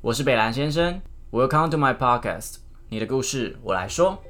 我是北兰先生，Welcome to my podcast，你的故事我来说。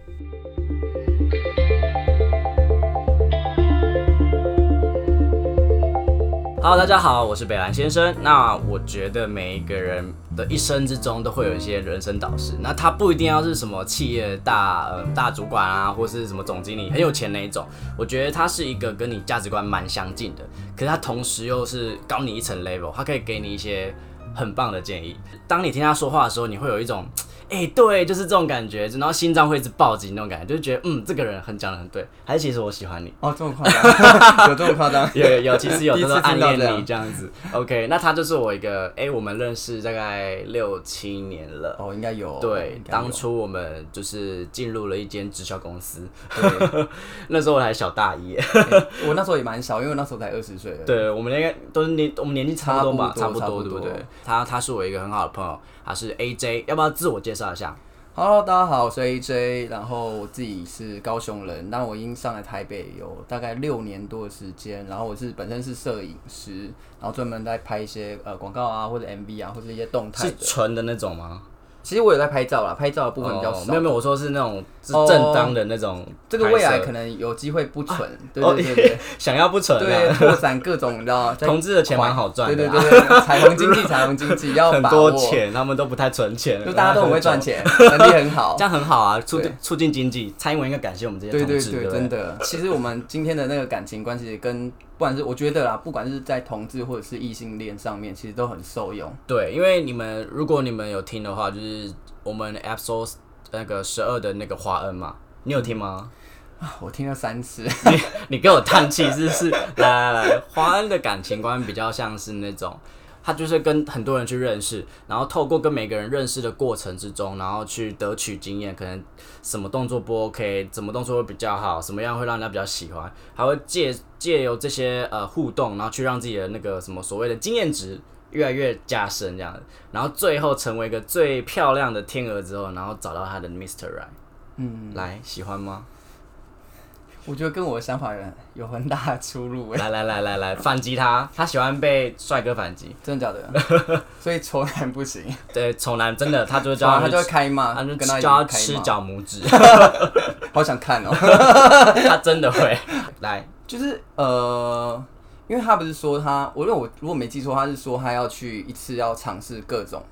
Hello，大家好，我是北兰先生。那我觉得每一个人的一生之中都会有一些人生导师，那他不一定要是什么企业的大呃大主管啊，或是什么总经理很有钱那一种。我觉得他是一个跟你价值观蛮相近的，可是他同时又是高你一层 level，他可以给你一些很棒的建议。当你听他说话的时候，你会有一种。哎、对，就是这种感觉，然后心脏会一直暴击那种感觉，就觉得嗯，这个人很讲的很对，还是其实我喜欢你，哦，这么夸张？有这么夸张？ 有有有，其实有 第一他次说暗听到恋这样你这样子。OK，那他就是我一个，哎、我们认识大概六七年了。哦，应该有。对应，该有当初我们就是进入了一间直销公司，对 那时候我还小大一耶。 欸我那时候也蛮小，因为我那时候才二十岁。，对，我们应该都是年，我们年纪差不多吧，差差不不多多，对不差不多对？他他是我一个很好的朋友，他是 AJ，要不要自我介绍一下？ Hello，大家好，我是 AJ，然后我自己是高雄人，那我已经上来台北有大概六年多的时间，然后我是本身是摄影师，然后专门在拍一些呃广告啊，或者 MV 啊，或者一些动态是的。纯的那种吗？其实我有在拍照啦，拍照的部分比较哦少。没有没有，我说是那种是哦正当的那种拍摄。这个未来可能有机会不纯，对哦对对 对，想要不纯啊，对扩展各种，你知 道，在同志的钱蛮好赚的啊。对对对对，彩虹经济，彩虹 经济要很把多握，钱，他们都不太存钱，就大家都很会赚钱，钱，能力很好 这。样很好啊，促对促进经济。蔡英文应该感谢我们这些对同对志，对，不真的。其实我们今天的那个感情关系，跟不管是我觉得啦，不管是在同志或者是异性恋上面，其实都很受用。对，因为你们如果你们有听的话，就是我们 App Store 那个十二的那个华恩嘛，你有听吗？啊我听了三次， 你给我叹气，是不是？来来来，华恩的感情观比较像是那种。他就是跟很多人去认识，然后透过跟每个人认识的过程之中，然后去得取经验，可能什么动作不 OK，什么动作会比较好，什么样会让人家比较喜欢，还会借借由这些呃互动，然后去让自己的那个什么所谓的经验值越来越加深这样，然后最后成为一个最漂亮的天鹅之后，然后找到他的 Mr. Right，嗯，来喜欢吗？我觉得跟我的想法有有很大的出入、欸，来来来来来反击他，他喜欢被帅哥反击，真的 假的？所以丑男不行，对，丑男真的，他就会丑叫男他 他去就会开骂，他就跟叫他一他起开吃骂。脚拇指， 好想看哦、他真的会来。就是呃，因为他不是说他，我如果我如果没记错，他是说他要去一次要尝试各种，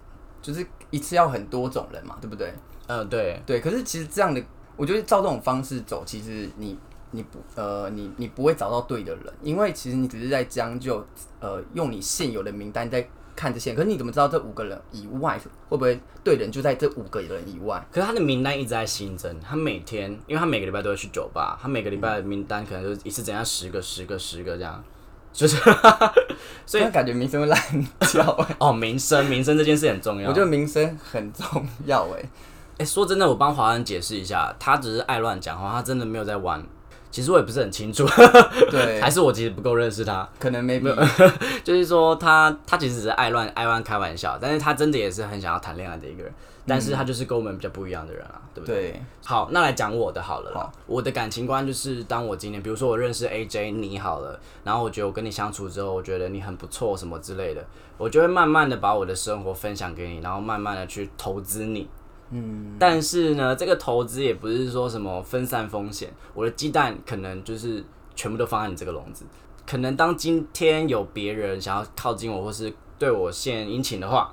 就是一次要很多种人嘛，对不对？呃，对，对，可是其实这样的，我觉得照这种方式走，其实你你不呃你你不会找到对的人，因为其实你只是在将就呃用你现有的名单在看这些人，可是你怎么知道这五个人以外会不会对人就在这五个人以外？可是他的名单一直在新增，他每天，因为他每个礼拜都会去酒吧，他每个礼拜的名单可能就是一次增加十个、十个、十个这样，就是 所所以感觉名声会烂掉，哦，名声，名声这件事很 重要。我觉得名声很重要哎、哎、说真的，我帮华人解释一下，他只是爱乱讲话，他真的没有在玩。其实我也不是很清楚，对，还是我其实不够认识他。可能 maybe 就是说他他其实只是爱乱爱乱开玩笑，但是他真的也是很想要谈恋爱的一个人，但是他就是跟我们比较不一样的人啊，对不对？对，好，那来讲我的好了啦好我的感情观就是，当我今天，比如说我认识 AJ 你好了，然后我觉得我跟你相处之后，我觉得你很不错什么之类的，我就会慢慢的把我的生活分享给你，然后慢慢的去投资你。嗯，但是呢，这个投资也不是说什么分散风险，我的鸡蛋可能就是全部都放在你这个笼子。可能当今天有别人想要靠近我，或是对我献殷勤的话，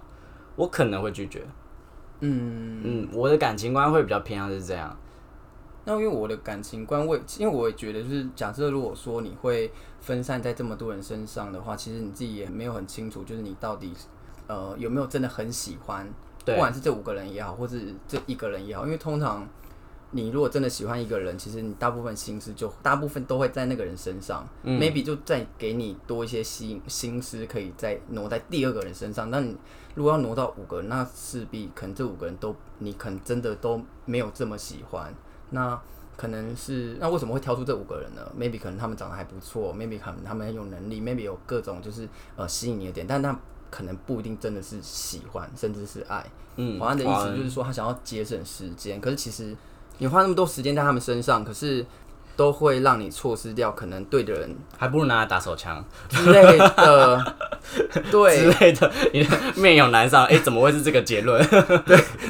我可能会拒绝。嗯，嗯，我的感情观会比较偏向是这样。那因为我的感情观，我也因为我也觉得，就是假设如果说你会分散在这么多人身上的话，其实你自己也没有很清楚，就是你到底呃有没有真的很喜欢，对不管是这五个人也好，或是这一个人也好，因为通常你如果真的喜欢一个人，其实你大部分心思就大部分都会在那个人身上、m a y b e 就再给你多一些心心思，可以再挪在第二个人身上。那你如果要挪到五个人，那势必可能这五个人都你可能真的都没有这么喜欢。那可能是那为什么会挑出这五个人呢？Maybe 可能他们长得还不错，Maybe 可能他们很有能力，Maybe 有各种就是呃吸引你的点，但那可能不一定真的是喜欢，甚至是爱。嗯华安的意思就是说他想要节省时间，可是其实你花那么多时间在他们身上，可是都会让你错失掉可能对的人还不如拿来打手枪之类的。对 之类的。 你面有难上，哎、怎么会是这个结论？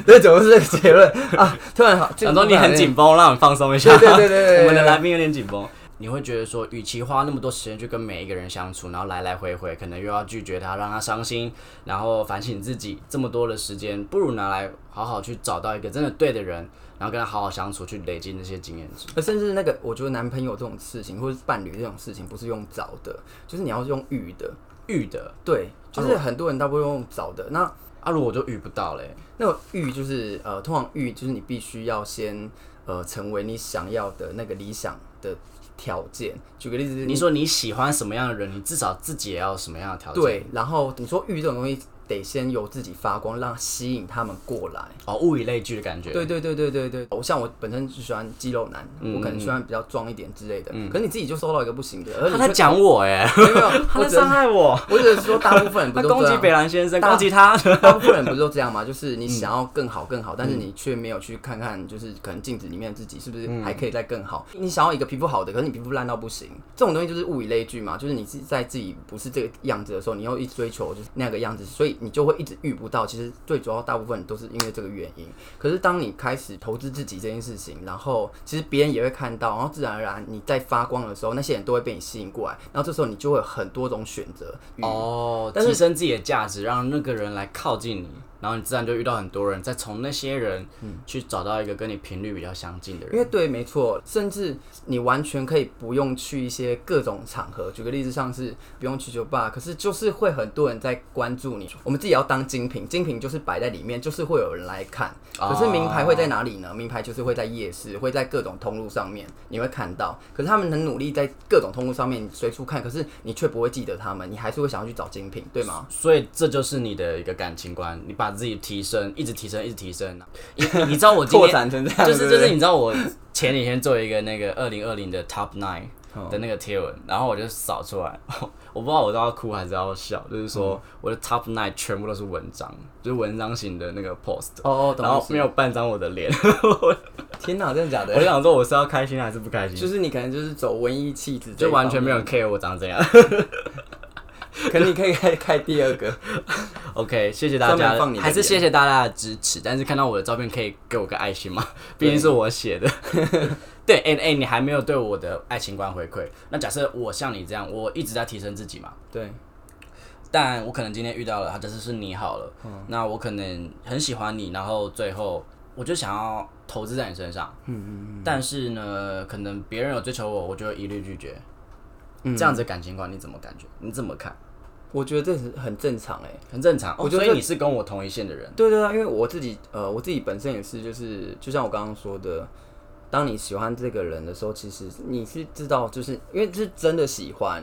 对，怎么是这个结论啊？突然好，想说你很紧绷，让你放松一下。对对对对对对 我们的来宾有点紧绷。你会觉得说，与其花那么多时间去跟每一个人相处，然后来来回回，可能又要拒绝他，让他伤心，然后反省自己，这么多的时间，不如拿来好好去找到一个真的对的人，然后跟他好好相处，去累积那些经验值。而呃甚至那个，我觉得男朋友这种事情，或者是伴侣这种事情，不是用找的，就是你要用遇的。遇的对，就是很多人大部分用找的。那啊，如果我就遇不到嘞，那种遇就是呃，通常遇就是你必须要先呃成为你想要的那个理想的条件。举个例子，你说你喜欢什么样的人，你至少自己也要有什么样的条件。对，然后你说遇这种东西得先由自己发光，让吸引他们过来。哦，物以类聚的感觉。对对对对对对，我像我本身就喜欢肌肉男，嗯我可能喜欢比较壮一点之类的。可是你自己就收到一个不行的，而他你在却讲我 哎、没有没有，他 我在只能伤害 我，我只是说大部分人不他都攻这击样啊北兰先生，大攻击他。 大部分人不是都这样吗？就是你想要更好更好，但是你却没有去看看，就是可能镜子里面的自己是不是还可以再更好。你想要一个皮肤好的，可是你皮肤烂到不行，这种东西就是物以类聚嘛。就是你自己在自己不是这个样子的时候，你又一直追求就是那个样子，所以你就会一直遇不到。其实最主要大部分都是因为这个原因。可是当你开始投资自己这件事情，然后其实别人也会看到，然后自然而然你在发光的时候，那些人都会被你吸引过来，然后这时候你就会有很多种选择。哦，但是提升自己的价值，让那个人来靠近你，然后你自然就遇到很多人，再从那些人去找到一个跟你频率比较相近的人。因为对，没错，甚至你完全可以不用去一些各种场合。举个例子，像是不用去酒吧，可是就是会很多人在关注你。我们自己要当精品，精品就是摆在里面，就是会有人来看。可是名哦牌会在哪里呢？名牌就是会在夜市，会在各种通路上面，你会看到。可是他们很努力在各种通路上面你随处看，可是你却不会记得他们，你还是会想要去找精品，对吗？所以这就是你的一个感情观，你把自己提升，一直提升，一直提升。啊你你知道 我今天展成这就是就是，你知道我前几天做一个那个二零二零的 Top Nine 哦的那个贴文，然后我就扫出来， 我不知道我都要哭还是要笑，就是说嗯我的 Top Nine 全部都是文章，就是文章型的那个 post，哦哦，懂然了后。没有半张我的脸，天哪，真的假我就的？想说我是要开心还是不开心，就是你可能就是走文艺气质，就完全没有人 care 我长怎样。可能你可以开开第二个， OK，谢谢大专家门放你，的还是脸谢谢大家的支持。但是看到我的照片，可以给我个爱心 吗？毕竟是我写的。 对，哎、哎、你还没有对我的爱情观回馈。那假设我像你这样，我一直在提升自己嘛，对，但我可能今天遇到了，他假设是你好了，嗯那我可能很喜欢你，然后最后我就想要投资在你身上，嗯嗯嗯但是呢，可能别人有追求我，我就会一律拒绝。嗯这样子的感情观你怎么感觉？你怎么看？我觉得这是很正常哎、很正常。哦，我觉所得以你是跟我同一线的人。对对啊对，因为我自己呃，我自己本身也是，就是就像我刚刚说的，当你喜欢这个人的时候，其实你是知道，就是因为是真的喜欢，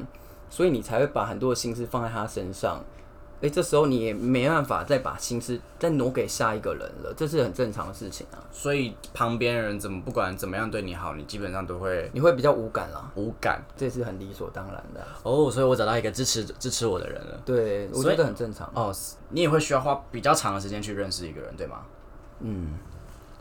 所以你才会把很多的心思放在他身上。哎、这时候你也没办法再把心思再挪给下一个人了，这是很正常的事情啊。所以旁边人怎么不管怎么样对你好，你基本上都会你会比较无感啦，无感。这是很理所当然的啊、哦，所以我找到一个支持支持我的人了。对，我所以觉得很正常。哦，你也会需要花比较长的时间去认识一个人，对吗？嗯，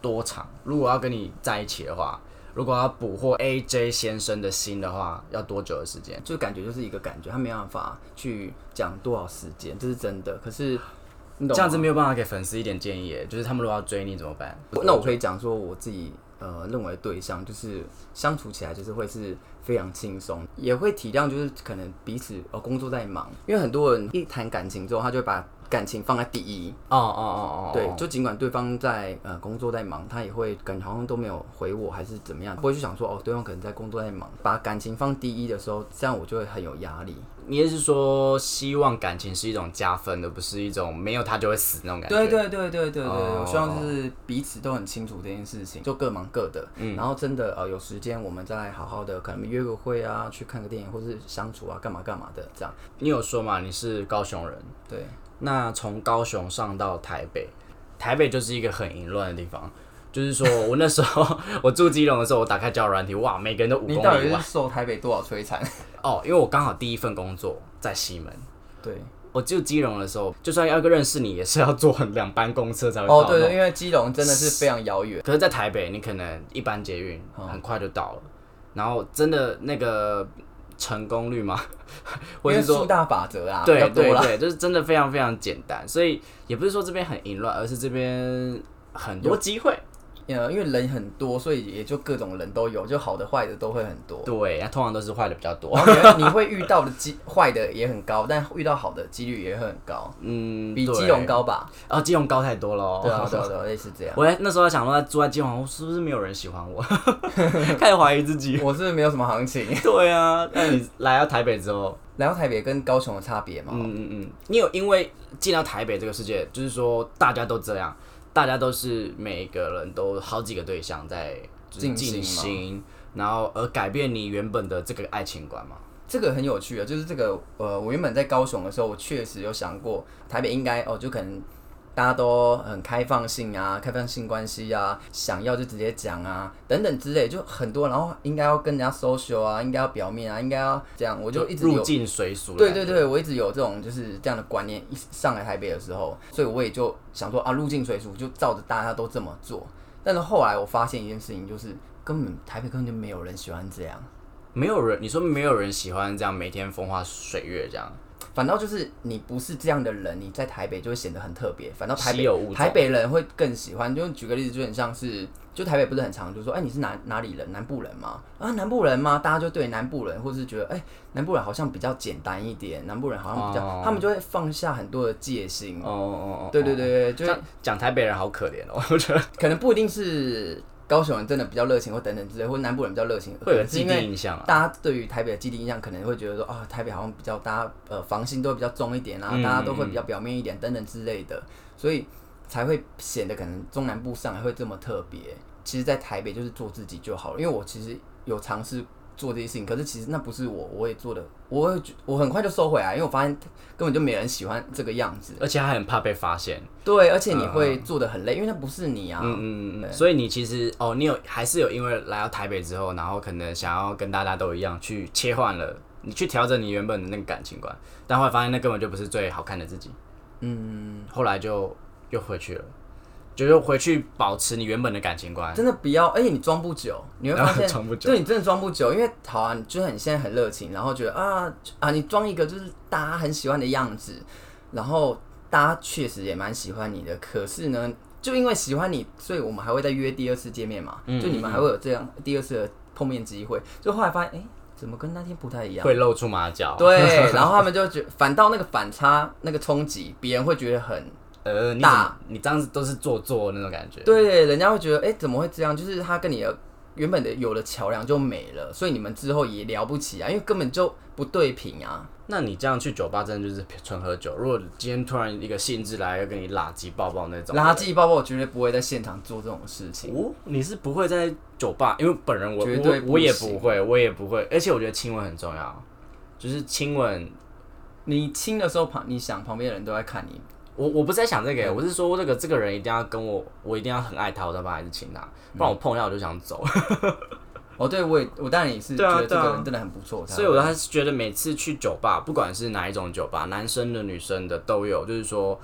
多长？如果要跟你在一起的话，如果要捕获 AJ 先生的心的话，要多久的时间？就感觉就是一个感觉，他没办法去讲多少时间，这是真的。可是你懂吗这样子没有办法给粉丝一点建议耶，就是他们如果要追你怎么办？我那我可以讲说我自己呃认为的对象就是相处起来就是会是非常轻松，也会体谅就是可能彼此呃工作在忙，因为很多人一谈感情之后，他就会把感情放在第一。哦哦哦哦，对，就尽管对方在呃工作在忙，他也会感觉好像都没有回我，还是怎么样，不会去想说哦，对方可能在工作在忙，把感情放第一的时候，这样我就会很有压力。你也是说希望感情是一种加分的，不是一种没有他就会死那种感觉？对对对对对对，哦我希望就是彼此都很清楚这件事情，就各忙各的。嗯然后真的呃有时间我们再好好的可能约个会啊，去看个电影，或是相处啊，干嘛干嘛的这样。你有说嘛？你是高雄人，对，那从高雄上到台北，台北就是一个很淫乱的地方。就是说我那时候 我住基隆的时候，我打开交友软体，哇，每个人都五公你到底里是外受台北多少摧残？哦，因为我刚好第一份工作在西门。对，我住基隆的时候，就算要一个认识你，也是要坐很两班公车才会到。哦对对，因为基隆真的是非常遥远。可是，在台北，你可能一般捷运很快就到了，然后真的那个成功率嘛，因 或为是说树大法则啊，比对较对多啦。对，就是真的非常非常简单，所以也不是说这边很淫乱，而是这边很多机会。呃，因为人很多，所以也就各种人都有，就好的坏的都会很多。对，那通常都是坏的比较多。然后你会你会遇到的机坏的也很高，但遇到好的几率也会很高，嗯，比对基隆，高吧？哦，基隆高太多了哦。对啊，对啊，对啊，类似这样。我在那时候在想说，住在基隆，我是不是没有人喜欢我？ 开始怀疑自己。 我是没有什么行情。对啊，那你来到台北之后，来到台北跟高雄的差别嘛，嗯嗯嗯，你有因为进到台北这个世界，就是说大家都这样，大家都是每个人都好几个对象在就是进进行吗行，然后而改变你原本的这个爱情观嘛。这个很有趣啊，就是这个呃，我原本在高雄的时候，我确实有想过台北应该哦，就可能大家都很开放性啊，开放性关系啊，想要就直接讲啊，等等之类，就很多，然后应该要跟人家 social 啊，应该要表面啊，应该要这样，我就一直入有。境随俗。对对，对，我一直有这种就是这样的观念，一上来台北的时候，所以我也就想说啊，入境随俗，就照着大家都这么做。但是后来我发现一件事情，就是根本台北根本就没有人喜欢这样。没有人，你说没有人喜欢这样每天风花水月这样，反倒就是你不是这样的人，你在台北就会显得很特别。反倒台稀有物种北台北人会更喜欢。就举个例子，就很像是，就台北不是很常就说，哎、你是哪哪里人？南部人吗？啊，南部人吗？大家就对南部人，或是觉得，哎、南部人好像比较简单一点，南部人好像比较，哦他们就会放下很多的戒心。哦哦哦，嗯对对，对对，就就讲台北人好可怜哦，我觉得可能不一定是高雄人真的比较热情，或等等之类，或南部人比较热情，会有可能是既 因为定印象啊。大家对于台北的既定印象，可能会觉得说啊、台北好像比较大家呃防性都会比较重一点啊，嗯大家都会比较表面一点等等之类的，所以才会显得可能中南部上海会这么特别。其实，在台北就是做自己就好了，因为我其实有尝试做这些事情，可是其实那不是我，我也做的，我会觉我很快就收回来，因为我发现根本就没人喜欢这个样子。嗯而且还很怕被发现，对，而且你会做的很累，因为那不是你啊。嗯嗯嗯，所以你其实哦，你有还是有因为来到台北之后，然后可能想要跟大家都一样去切换了，你去调整你原本的那个感情观，但后来发现那根本就不是最好看的自己，嗯，后来就又回去了，就又回去保持你原本的感情观，真的不要，哎而且你装不久，你会发现装不久对你真的装不久，因为好啊，你就是你现在很热情，然后觉得啊啊，你装一个就是大家很喜欢的样子，然后大家确实也蛮喜欢你的，可是呢，就因为喜欢你，所以我们还会再约第二次见面嘛，嗯就你们还会有这样第二次的碰面机会，就后来发现哎、诶怎么跟那天不 太一样？会露出马脚，，对，然后他们就觉反倒那个反差那个冲击，别人会觉得很呃，你怎么大你这样子都是做作那种感觉，对，人家会觉得，哎、怎么会这样？就是他跟你的原本的有的桥梁就没了，所以你们之后也聊不起啊，因为根本就不对平啊。那你这样去酒吧真的就是纯喝酒，如果今天突然一个兴致来要跟你拉鸡抱抱那种，垃圾包包，我绝对不会在现场做这种事情。哦，你是不会在酒吧，因为本人我绝对我不我也行不会，我也不会，而且我觉得亲吻很重要，就是亲吻。你亲的时候旁，你想旁边的人都在看你，我我不是在想这个，嗯我是说这个这个人一定要跟我，我一定要很爱他，我才把孩子亲他，不然嗯我碰一下我就想走。哦，对我也我当然也是对觉啊得这对个啊人真的很不错，才所以我还是觉得每次去酒吧，不管是哪一种酒吧，男生的、女生的都有，就是说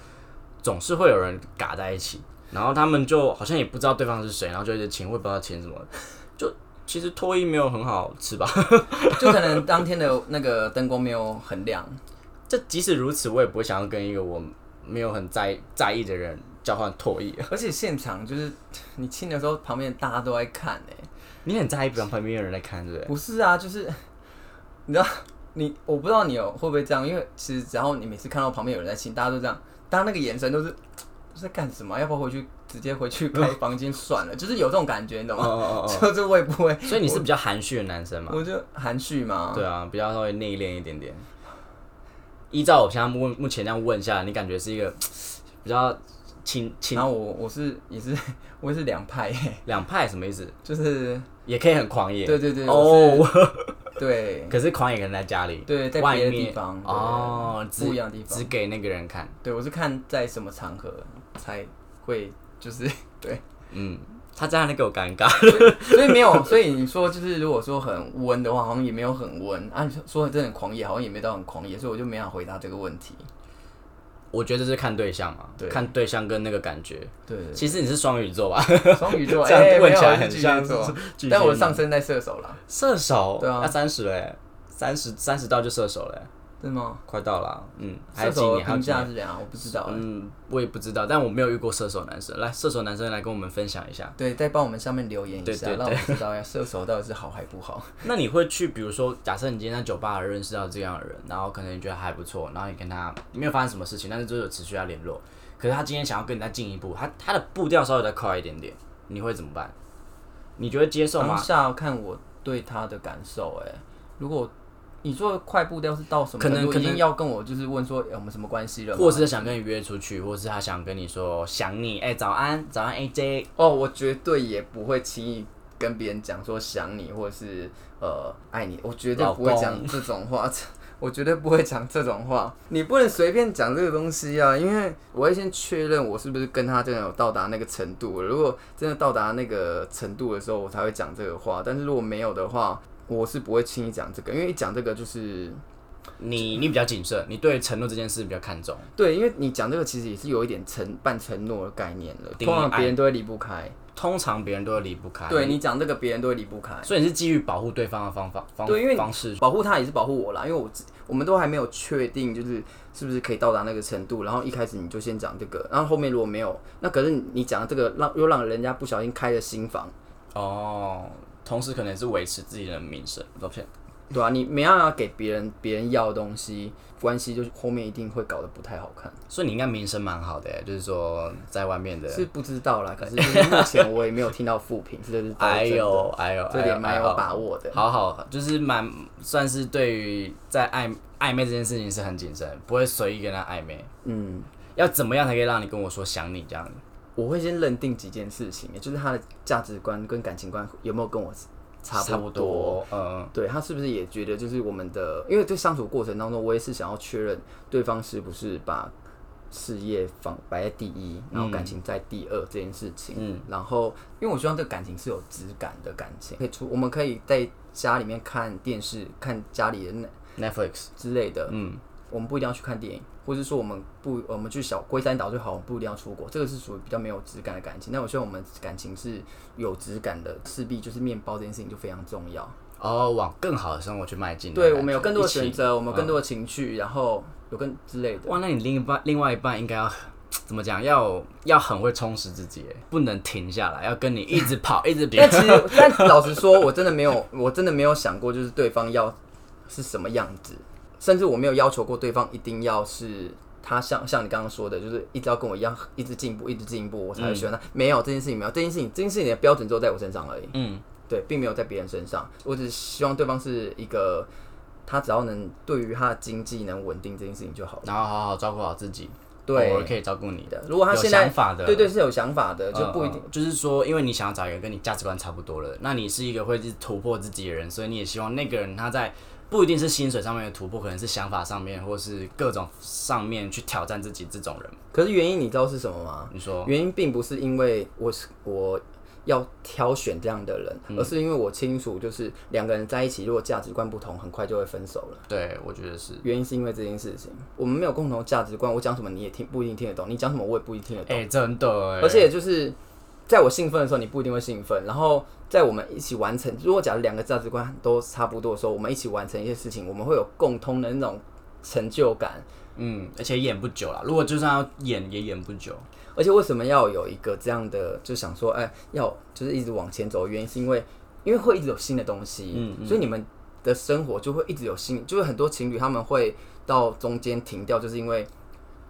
总是会有人嘎在一起，然后他们就好像也不知道对方是谁，然后就一直亲，我也不知道亲什么， 就其实脱衣没有很好吃吧。 就可能当天的那个灯光没有很亮，这即使如此，我也不会想要跟一个我没有很在在意的人交换唾液。而且现场就是你亲的时候，旁边大家都在看哎、你很在意，不然旁边有人在看，对不对？不是啊，就是 你知道，你我不知道你有会不会这样，因为其实只要你每次看到旁边有人在亲，大家都这样，大家那个眼神都是是在干什么啊？要不要回去直接回去开 房间算了？就是有这种感觉，你懂哦吗？哦哦就是会不会哦，？所以你是比较含蓄的男生嘛？我就含蓄嘛。对啊，比较稍微内敛一点点。依照我现在目目前这样问下来，你感觉是一个比较亲亲然后我我是也是我也是两派 耶，两派什么意思？就是也可以很狂野，对对对哦，对可是狂野可能在家里，对在外别的面地方对哦，只不一样的地方只给那个人看，对，我是看在什么场合才会就是对。嗯，他这样会给我尴尬， 所以没有，所以你说就是，如果说很温的话，好像也没有很温啊。你说说的真的很狂野，好像也没到很狂野，所以我就没想回答这个问题。我觉得这是看对象嘛，对看对象跟那个感觉。对，其实你是双鱼座吧？双鱼 座，这样哎，没问有起来我是很巨像蟹座， 巨蟹但我男上升在射手啦，射手，对啊要三十嘞，三十三十到就射手嘞，对吗？快到了啊，嗯，还哦有几射手年，还有评几价年，是怎样？我不知道欸。嗯，我也不知道，但我没有遇过射手男生，来，射手男生来跟我们分享一下。对，再帮我们下面留言一对下，对让我们知道一下射手到底是好还不好。那你会去，比如说，假设你今天在酒吧认识到这样的人，然后可能你觉得还不错，然后你跟他没有发生什么事情，但是就是有持续要联络，可是他今天想要跟你再进一步，他他的步调稍微再快一点点，你会怎么办？你觉得接受当吗？下看我对他的感受、哎，如果你说的快步调是到什么可能程度可已能经要跟我就是问说、哎我们什么关系了吗？或者是想跟你约出去，或者是他想跟你说想你，哎、早安，早安，AJ，哦，我绝对也不会轻易跟别人讲说想你或者是呃爱你，我绝对不会老公讲这种话， 我绝对不会讲这种话。你不能随便讲这个东西啊，因为我会先确认我是不是跟他真的有到达那个程度。如果真的到达那个程度的时候，我才会讲这个话。但是如果没有的话，我是不会轻易讲这个，因为一讲这个就是你你比较谨慎，你对承诺这件事比较看重。对，因为你讲这个其实也是有一点承半承诺的概念了，定义通常爱别人都会离不开。通常别人都会离不开，对，你讲这个，别人都会离不开。所以你是基于保护对方的方法方对因为你方式，保护他也是保护我啦，因为我自我们都还没有确定，就是是不是可以到达那个程度。然后一开始你就先讲这个，然后后面如果没有，那可是你你讲的这个让又让人家不小心开了新房，哦，同时可能也是维持自己的名声，抱歉。对啊，你没办法给别人别人要的东西，关系就是后面一定会搞得不太好看。所以你应该名声蛮好的耶，就是说在外面的，是不知道啦，可是就是目前我也没有听到负评，这就是都是哎真的呦哎呦，这哎呦点蛮有哎呦把握的。好好，就是蛮算是对于在暧暧昧这件事情是很谨慎，不会随意跟他暧昧。嗯，要怎么样才可以让你跟我说想你这样子？我会先认定几件事情，也就是他的价值观跟感情观有没有跟我差差不不多，嗯，对他是不是也觉得就是我们的，因为在相处过程当中，我也是想要确认对方是不是把事业放摆在第一，然后感情在第二这件事情。嗯，然后因为我希望这个感情是有质感的感情，可以出我们可以在家里面看电视，看家里的那 Netflix，之类的。嗯，我们不一定要去看电影，或者说我们不我们去小龟山岛就好，我们不一定要出国，这个是属于比较没有质感的感情。但我希望我们感情是有质感的，势必就是面包这件事情就非常重要。哦，往更好的生活去迈进的感对觉。我们有更多的一起嗯选择，我们有更多的情趣，然后有更之类的。哇，那你另一半另外一半应该要怎么讲？要要很会充实自己耶，不能停下来，要跟你一直 跑，一直跑。但其实，但老实说，我真的没有，我真的没有想过，就是对方要是什么样子，甚至我没有要求过对方一定要是他像像你刚刚说的，就是一直要跟我一样，一直进步，一直进步，我嗯才会喜欢他。没有这件事情，没有这件事情，这件事情的标准只有在我身上而已。嗯，对，并没有在别人身上。我只希望对方是一个，他只要能对于他的经济能稳定这件事情就好了。然后好好照顾好自己，对偶尔可以照顾你的，如果他哦有现在想法的，对对是有想法的，就不一定。嗯嗯就是说，因为你想要找一个跟你价值观差不多的人，那你是一个会去突破自己的人，所以你也希望那个人他在不一定是薪水上面的突破，可能是想法上面，或是各种上面去挑战自己这种人。可是原因你知道是什么吗？你说，原因并不是因为我是我要挑选这样的人，嗯而是因为我清楚，就是两个人在一起，如果价值观不同，很快就会分手了。对我觉得是。原因是因为这件事情，我们没有共同价值观，我讲什么你也听不一定听得懂，你讲什么我也不一定听得懂。哎、真的哎，而且就是在我兴奋的时候，你不一定会兴奋。然后在我们一起完成，如果假如两个价值观都差不多的时候，我们一起完成一些事情，我们会有共通的那种成就感。嗯，而且演不久啦，如果就算要演，也演不久。而且为什么要有一个这样的，就想说，哎、要就是一直往前走，原因是因为因为会一直有新的东西，嗯所以你们的生活就会一直有新，就是很多情侣他们会到中间停掉，就是因为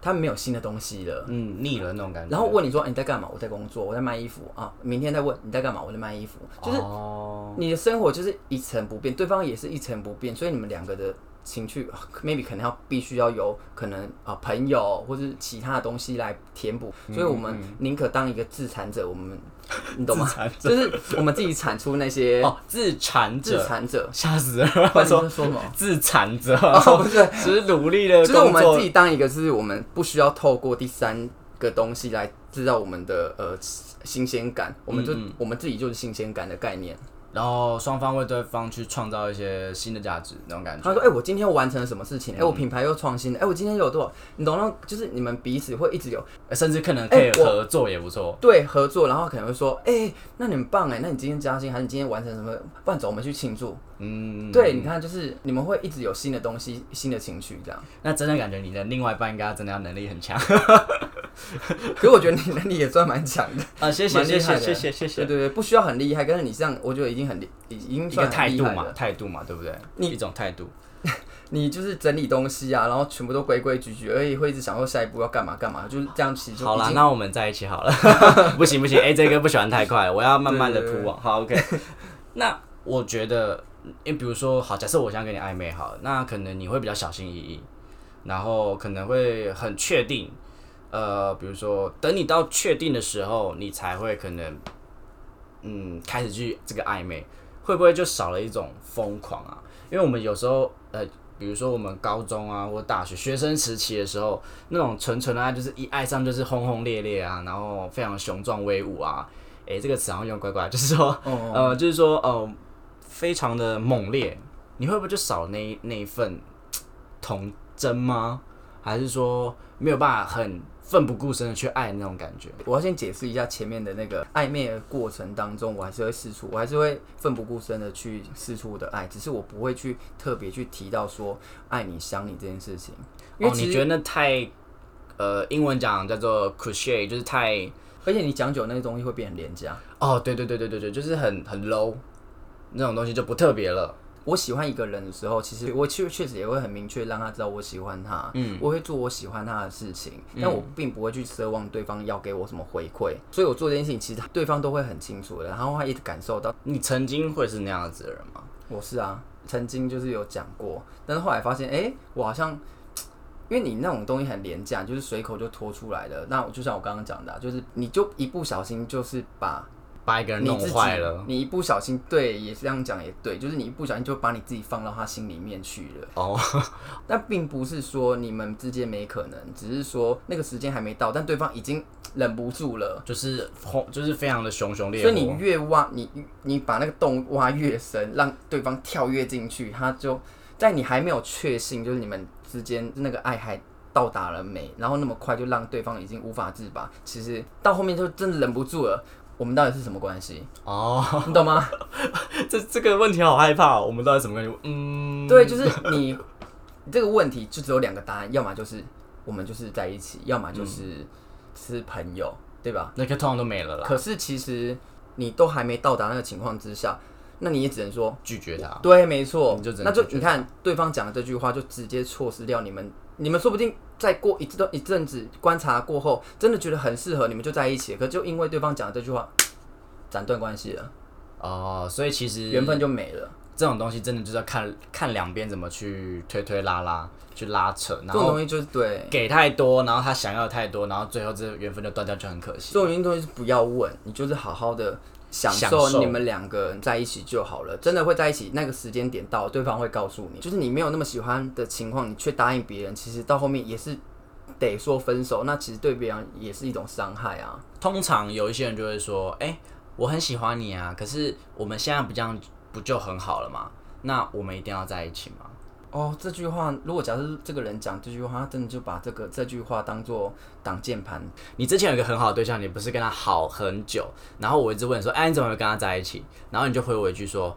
他们没有新的东西了。嗯，腻了那种感觉。然后问你说、哎你在干嘛？我在工作，我在卖衣服啊。明天再问你在干嘛？我在卖衣服。就是哦，你的生活就是一成不变，对方也是一成不变，所以你们两个的情绪啊 maybe 可能要必须要有可能啊、朋友或是其他的东西来填补，嗯所以我们宁可当一个自产者，我们 你懂吗？就是我们自己产出那些哦，自残自者，产者，吓死人！不 他 然你说在 说什么？自残者，哦，不是，只是努力的就是我工们自作。己当一个，就是我们不需要透过第三个东西嗯来制造我们的呃新鲜感，我们就、我们自己就是新鲜感的概念。然后双方为对方去创造一些新的价值那种感觉。嗯他说：“哎、我今天又完成了什么事情？哎、我品牌又创新了。哎、我今天又有多少？你懂那种，就是你们彼此会一直有呃甚至可能可以哎我合作也不错。对合作，然后可能会说：哎、那你很棒哎，那你今天加薪，还是你今天完成什么？不然走，我们去庆祝。嗯，对，你看，就是你们会一直有新的东西、新的情绪这样。 那真的感觉你的另外一半应该真的要能力很强。可是我觉得你 能力也算蛮强的，啊，谢谢蛮谢厉害谢的谢谢谢对谢。对对，不需要很厉害，但是你这样，我觉得已经很厉，已已经一个算很态厉度害嘛，了。态度嘛，对不对？你一种态度。你就是整理东西啊，然后全部都规规矩矩，而且会一直想说下一步要干嘛干嘛，就是这样。其实就好已啦，经那我们在一起 好了。不行不行，哎、这个不喜欢太快了，我要慢慢的对对铺网。好，OK。那我觉得，因为比如说，好，假设我想跟你暧昧，好了，那可能你会比较小心翼翼，然后可能会很确定。呃，比如说，等你到确定的时候，你才会可能，嗯，开始去这个暧昧，会不会就少了一种疯狂啊？因为我们有时候，呃，比如说我们高中啊或大学学生时期的时候，那种纯纯的爱，就是一爱上就是轰轰烈烈啊，然后非常雄壮威武啊。诶、这个词好像用乖乖，就是说，哦呃，就是说，呃，非常的猛烈。你会不会就少那一那一份嘖童真吗？还是说没有办法很奋不顾身的去爱那种感觉？我要先解释一下前面的那个暧昧的过程当中，我还是会试出，我还是会奋不顾身的去试出我的爱，只是我不会去特别去提到说爱你、想你这件事情，因哦为，其你实、觉得那太，呃，英文讲叫做 cliche，就是太，而且你讲久那些东西会变很廉价。哦，对对对对对对，就是很很 low 那种东西就不特别了。我喜欢一个人的时候，其实我确确实也会很明确让他知道我喜欢他，嗯，我会做我喜欢他的事情，嗯但我并不会去奢望对方要给我什么回馈，所以我做这件事情，其实对方都会很清楚的，然后他一直感受到。你曾经会是那样子的人吗？我是啊，曾经就是有讲过，但是后来发现，哎、我好像。因为你那种东西很廉价，就是随口就拖出来的。那我就像我刚刚讲的啊、就是你就一不小心就是把把一个人你弄自己坏了。你一不小心，对，也是这样讲也对，就是你一不小心就把你自己放到他心里面去了。哦， 但并不是说你们之间没可能，只是说那个时间还没到，但对方已经忍不住了。就是轰，就是非常的熊熊烈所火。以你越挖，你你把那个洞挖越深，让对方跳跃进去，他就在你还没有确信，就是你们之间那个爱还到达了没，然后那么快就让对方已经无法自拔。其实到后面就真的忍不住 了，我们到底是什么关系？哦，你懂吗？ 这这个问题好害怕、哦，我们到底什么感觉？嗯，对，就是你这个问题就只有两个答案，要么就是嗯我们就是在一起，要么嗯就是是朋友，对吧？那个通常都没了啦，可是其实你都还没到达那个情况之下，那你也只能说。拒绝他。对，没错，啊你就只能那就拒你看对方讲的这句话，就直接错失掉你们，你们说不定再过一段一阵子观察过后，真的觉得很适合，你们就在一起了，可就因为对方讲的这句话，斩断关系了，哦，所以其实缘分就没了。这种东西真的就是要看看两边怎么去推推拉拉，去拉扯，这然种后东西就是对，给太多，然后他想要的太多，然后最后这缘分就断掉，就很可惜。这种运动就是不要问，你就是好好的享享受受你们两个人在一起就好了。真的会在一起，那个时间点到，对方会告诉你。就是你没有那么喜欢的情况，你却答应别人，其实到后面也是得说分手，那其实对别人也是一种伤害啊。通常有一些人就会说：“哎、我很喜欢你啊，可是我们现在不这样不就很好了吗？那我们一定要在一起吗？”哦，这句话如果假设这个人讲这句话，他真的就把这个这句话当做挡箭盘，你之前有一个很好的对象，你不是跟他好很久，然后我一直问说，哎，你怎么会跟他在一起？然后你就回我一句说，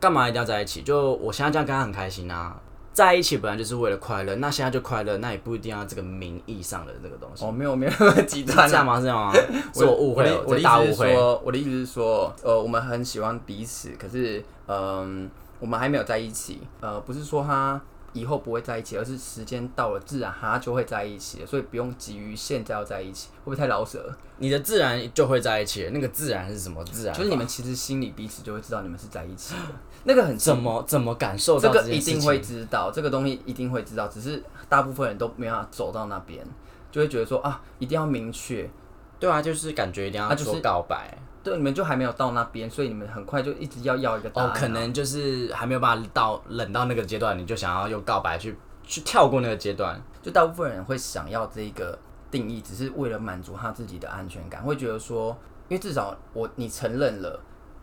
干嘛一定要在一起？就我现在这样跟他很开心啊，在一起本来就是为了快乐，那现在就快乐，那也不一定要这个名义上的这个东西。哦，没有没有那么极是端这啊样。吗？是这样吗？我是我误会的了，我的这意大思误是会。说，我的意思是说，呃，我们很喜欢彼此，可是，嗯、我们还没有在一起。呃，不是说他以后不会在一起，而是时间到了，自然他就会在一起了，所以不用急于现在要在一起，会不会太老舍？你的自然就会在一起，那个自然是什么自然？就是你们其实心里彼此就会知道你们是在一起的，那个很怎么怎么感受这到个件一定事会情知道，这个东西一定会知道，只是大部分人都没办法走到那边，就会觉得说啊，一定要明确，对啊，就是感觉一定要啊就是说告白。对，你们就还没有到那边，所以你们很快就一直要要一个答案哦啊、，可能就是还没有办法到冷到那个阶段，你就想要用告白去去跳过那个阶段。就大部分人会想要这个定义，只是为了满足他自己的安全感，会觉得说，因为至少我你承认了，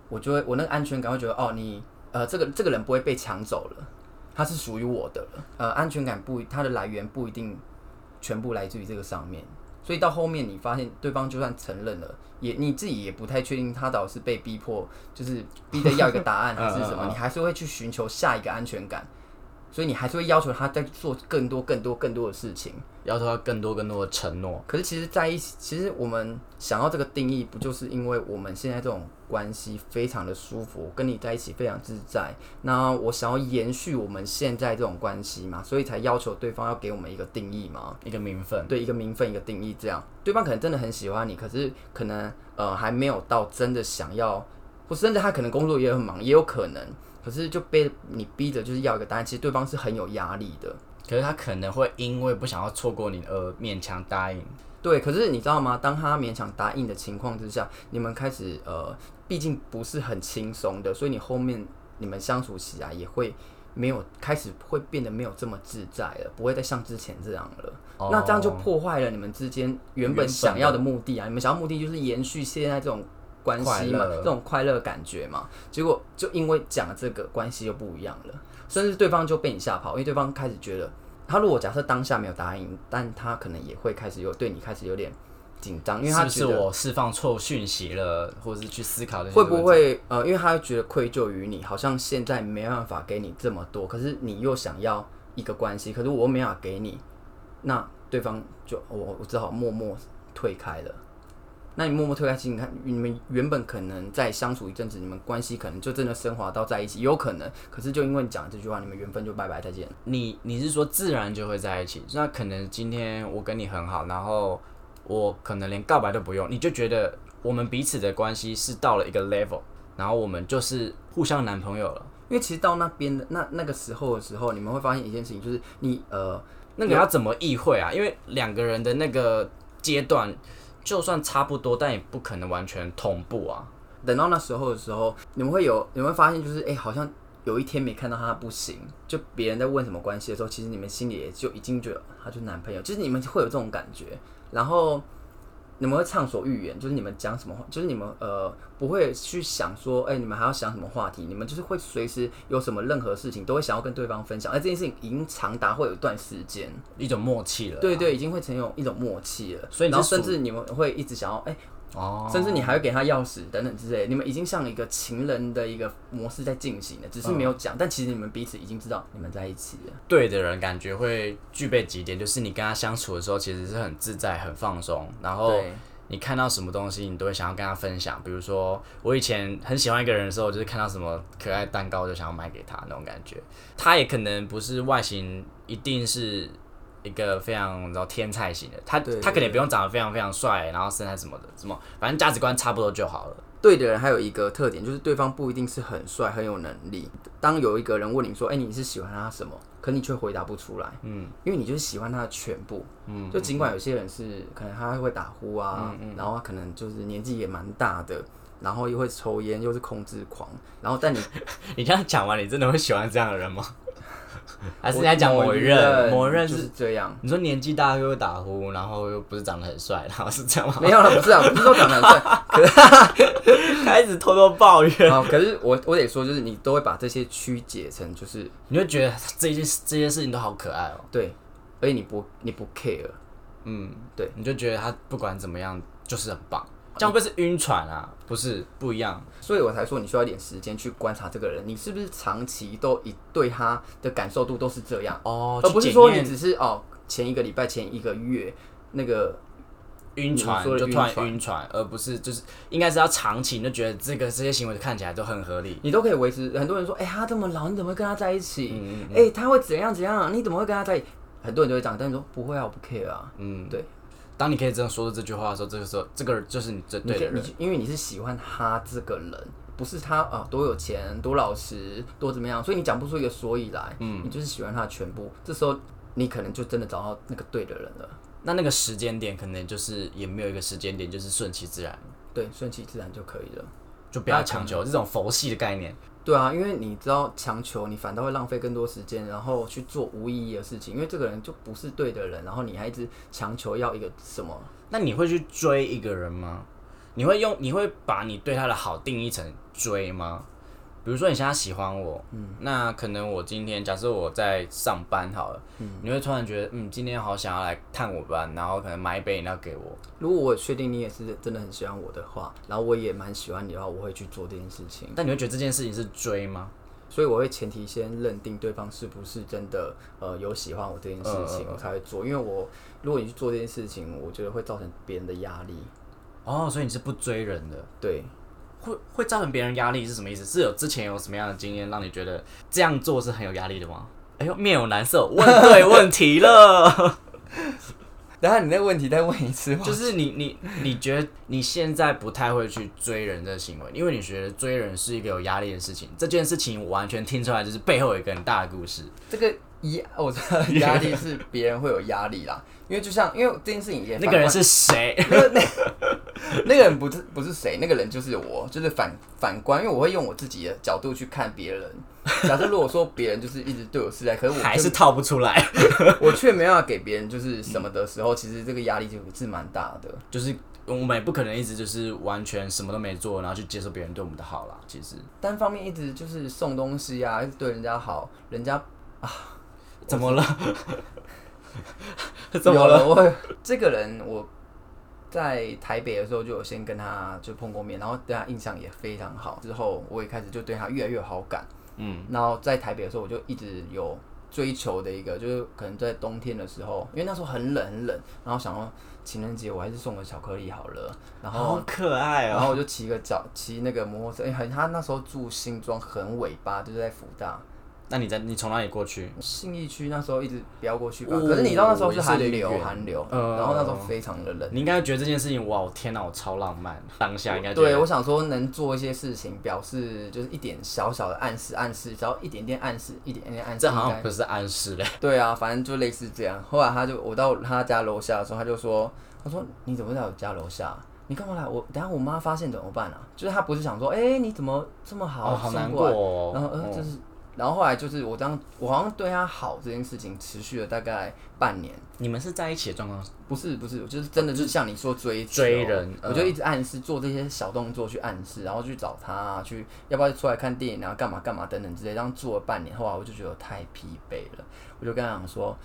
我就会我那个安全感会觉得哦，你呃这个这个人不会被抢走了，他是属于我的了。呃，安全感不一它的来源不一定全部来自于这个上面，所以到后面你发现对方就算承认了，也你自己也不太确定他到底是被逼迫，就是逼着要一个答案还是什么，你还是会去寻求下一个安全感。所以你还是会要求他再做更多、更多、更多的事情。要求到更多更多的承诺。可是其实在一起，其实我们想要这个定义，不就是因为我们现在这种关系非常的舒服，我跟你在一起非常自在。那我想要延续我们现在这种关系嘛，所以才要求对方要给我们一个定义嘛，一个名分，对，一个名分，一个定义。这样对方可能真的很喜欢你，可是可能呃还没有到真的想要，或是甚至他可能工作也很忙，也有可能。可是就被你逼着就是要一个答案，其实对方是很有压力的。可是他可能会因为不想要错过你而勉强答应。对，可是你知道吗？当他勉强答应的情况之下，你们开始呃，毕竟不是很轻松的，所以你后面你们相处起来也会没有开始会变得没有这么自在了，不会再像之前这样了。哦那这样就破坏了你们之间原本想要的目的啊！你们想要目的就是延续现在这种关系嘛快，乐这种快乐感觉嘛。结果就因为讲了这个关系又不一样了，甚至对方就被你吓跑，因为对方开始觉得，他如果假设当下没有答应，但他可能也会开始有对你开始有点紧张，因为是他不觉是得我释放错讯息了，或者是去思考这些会不问会呃，因为他会觉得愧疚于你，好像现在没办法给你这么多，可是你又想要一个关系，可是我又没办法给你，那对方就我我只好默默退开了。那你默默退开，其实你看你们原本可能在相处一阵子，你们关系可能就真的升华到在一起，有可能，可是就因为你讲这句话，你们缘分就拜拜再见。你你是说自然就会在一起？那可能今天我跟你很好，然后我可能连告白都不用，你就觉得我们彼此的关系是到了一个 level，然后我们就是互相男朋友了。因为其实到那边的那那个时候的时候，你们会发现一件事情，就是你呃那个要怎么意会啊？因为两个人的那个阶段，就算差不多，但也不可能完全同步啊。等到那时候的时候，你们会有，你们会发现就是，哎、好像有一天没看到他不行，就别人在问什么关系的时候，其实你们心里也就已经觉得他就是男朋友，就是你们会有这种感觉，然后你们会畅所欲言，就是你们讲什么话，就是你们呃不会去想说，哎、你们还要想什么话题，你们就是会随时有什么任何事情都会想要跟对方分享，而哎这件事情已经长达会有一段时间。一种默契了。对对，已经会成有一种默契了，所以你然后是属甚至你们会一直想要，哎、哦，甚至你还会给他钥匙等等之类的，你们已经像一个情人的一个模式在进行了，只是没有嗯讲，但其实你们彼此已经知道你们在一起了。对的人感觉会具备几点，就是你跟他相处的时候其实是很自在、很放松，然后对你看到什么东西你都会想要跟他分享。比如说我以前很喜欢一个人的时候，就是看到什么可爱蛋糕就想要买给他那种感觉。他也可能不是外形一定是。一个非常然后天才型的，他对他可能也对不用长得非常非常帅，然后身材什么的，什么反正价值观差不多就好了。对的人还有一个特点就是对方不一定是很帅很有能力。当有一个人问你说：“哎、你是喜欢他什么？”可你却回答不出来，嗯，因为你就是喜欢他的全部，嗯，就尽管有些人是可能他会打呼啊，嗯然后他可能就是年纪也蛮大的，然后又会抽烟，又是控制狂，然后但你你这样讲完，你真的会喜欢这样的人 吗？还是你在讲某一任？任，某一任就是是这样。你说年纪大又会打呼，然后又不是长得很帅，然后是这样吗？ 没有了，不是啊，不是说长得很帅 开始偷偷抱怨，啊、可是我我得说，就是你都会把这些曲解成就是你会觉得这些这些事情都好可爱哦。对，而且你不你不 care，嗯，对，你就觉得他不管怎么样就是很棒，这样会不会是晕船啊？不是，不一样。所以我才说你需要一点时间去观察这个人，你是不是长期都一对他的感受度都是这样，哦而不是说去检你验只是哦前一个礼拜前一个月那个晕船你说的就突然晕船晕船，而不是就是应该是要长期，你就觉得这个这些行为看起来都很合理。你都可以维持。很多人说，哎、他这么老，你怎么会跟他在一起？哎、嗯他会怎样怎样？你怎么会跟他在一起？很多人都会这样，但你说不会啊，我不 care 啊。嗯，对。当你可以这样说出这句话的时候，这个时候这个就是你针你对可的以，人你。就因为你是喜欢他这个人，不是他啊多有钱、多老实、多怎么样，所以你讲不出一个所以来。嗯，你就是喜欢他的全部。这时候你可能就真的找到那个对的人了。那那个时间点可能就是也没有一个时间点，就是顺其自然，对，顺其自然就可以了。就不要强求这种佛系的概念。对啊，因为你知道强求，你反倒会浪费更多时间，然后去做无意义的事情，因为这个人就不是对的人，然后你还一直强求要一个什么？那你会去追一个人吗？你会用，你会把你对他的好定义成追吗？比如说你现在喜欢我，那可能我今天假设我在上班好了，你会突然觉得，嗯，今天好想要来探我班，然后可能买一杯饮料给我，如果我确定你也是真的很喜欢我的话，然后我也蛮喜欢你的话，我会去做这件事情。但你会觉得这件事情是追吗？所以我会前提先认定对方是不是真的呃有喜欢我这件事情，我才会做。因为我如果你去做这件事情，我觉得会造成别人的压力。哦，所以你是不追人的，对，会会造成别人压力是什么意思？是有之前有什么样的经验让你觉得这样做是很有压力的吗？哎呦，面有难色，问对问题了。然后你那个问题再问一次吧。就是你你你觉得你现在不太会去追人的行为，因为你觉得追人是一个有压力的事情。这件事情我完全听出来，就是背后有一个很大的故事。 这个压，我知道压力是别人会有压力啦，因为就像因为这件事情也那个人反是谁？那个那那个人不是不是谁，那个人就是我，就是反反观，因为我会用我自己的角度去看别人。假设如果说别人就是一直对我是在，可是我还就是套不出来？ 我却没办法给别人就是什么的时候，其实这个压力就是蛮大的。就是我们也不可能一直就是完全什么都没做，然后去接受别人对我们的好啦。其实单方面一直就是送东西啊，一直对人家好，人家怎么了？ 怎么有了？了？我这个人我在台北的时候就有先跟他就碰过面，然后对他印象也非常好，之后我也开始就对他越来越有好感。嗯，然后在台北的时候我就一直有追求的一个，就是可能在冬天的时候，因为那时候很冷很冷，然后想说情人节我还是送个巧克力好了，然后。好可爱哦、然后我就骑个脚骑那个摩托车，因为很他那时候住新庄很尾巴，就是在福大那你在你从哪里过去？信义区，那时候一直飙过去吧。嗯哦可是你知道那时候是寒也是有流，点远寒流，呃然后那时候非常的冷。你应该觉得这件事情，哇，天哪，我超浪漫，当下应该觉得对，我想说能做一些事情，表示就是一点小小的暗示，暗示，只要一点点暗示，一点点暗示。这好应该像不是暗示嘞。对啊，反正就类似这样。后来他就我到他家楼下的时候，他就说：“他说你怎么在我家楼下？你干嘛来？我等下我妈发现怎么办啊？”就是他不是想说：“哎、你怎么这么好？哦好送难过过来哦。然后呃，嗯就是，然后后来就是我当我好像对他好这件事情持续了大概半年，你们是在一起的状况不是不是，就是真的就是像你说追求追人嗯我就一直暗示做这些小动作去暗示，然后去找他、去要不要出来看电影啊，干嘛干嘛等等之类，这样做了半年，后来我就觉得太疲惫了，我就跟他讲说。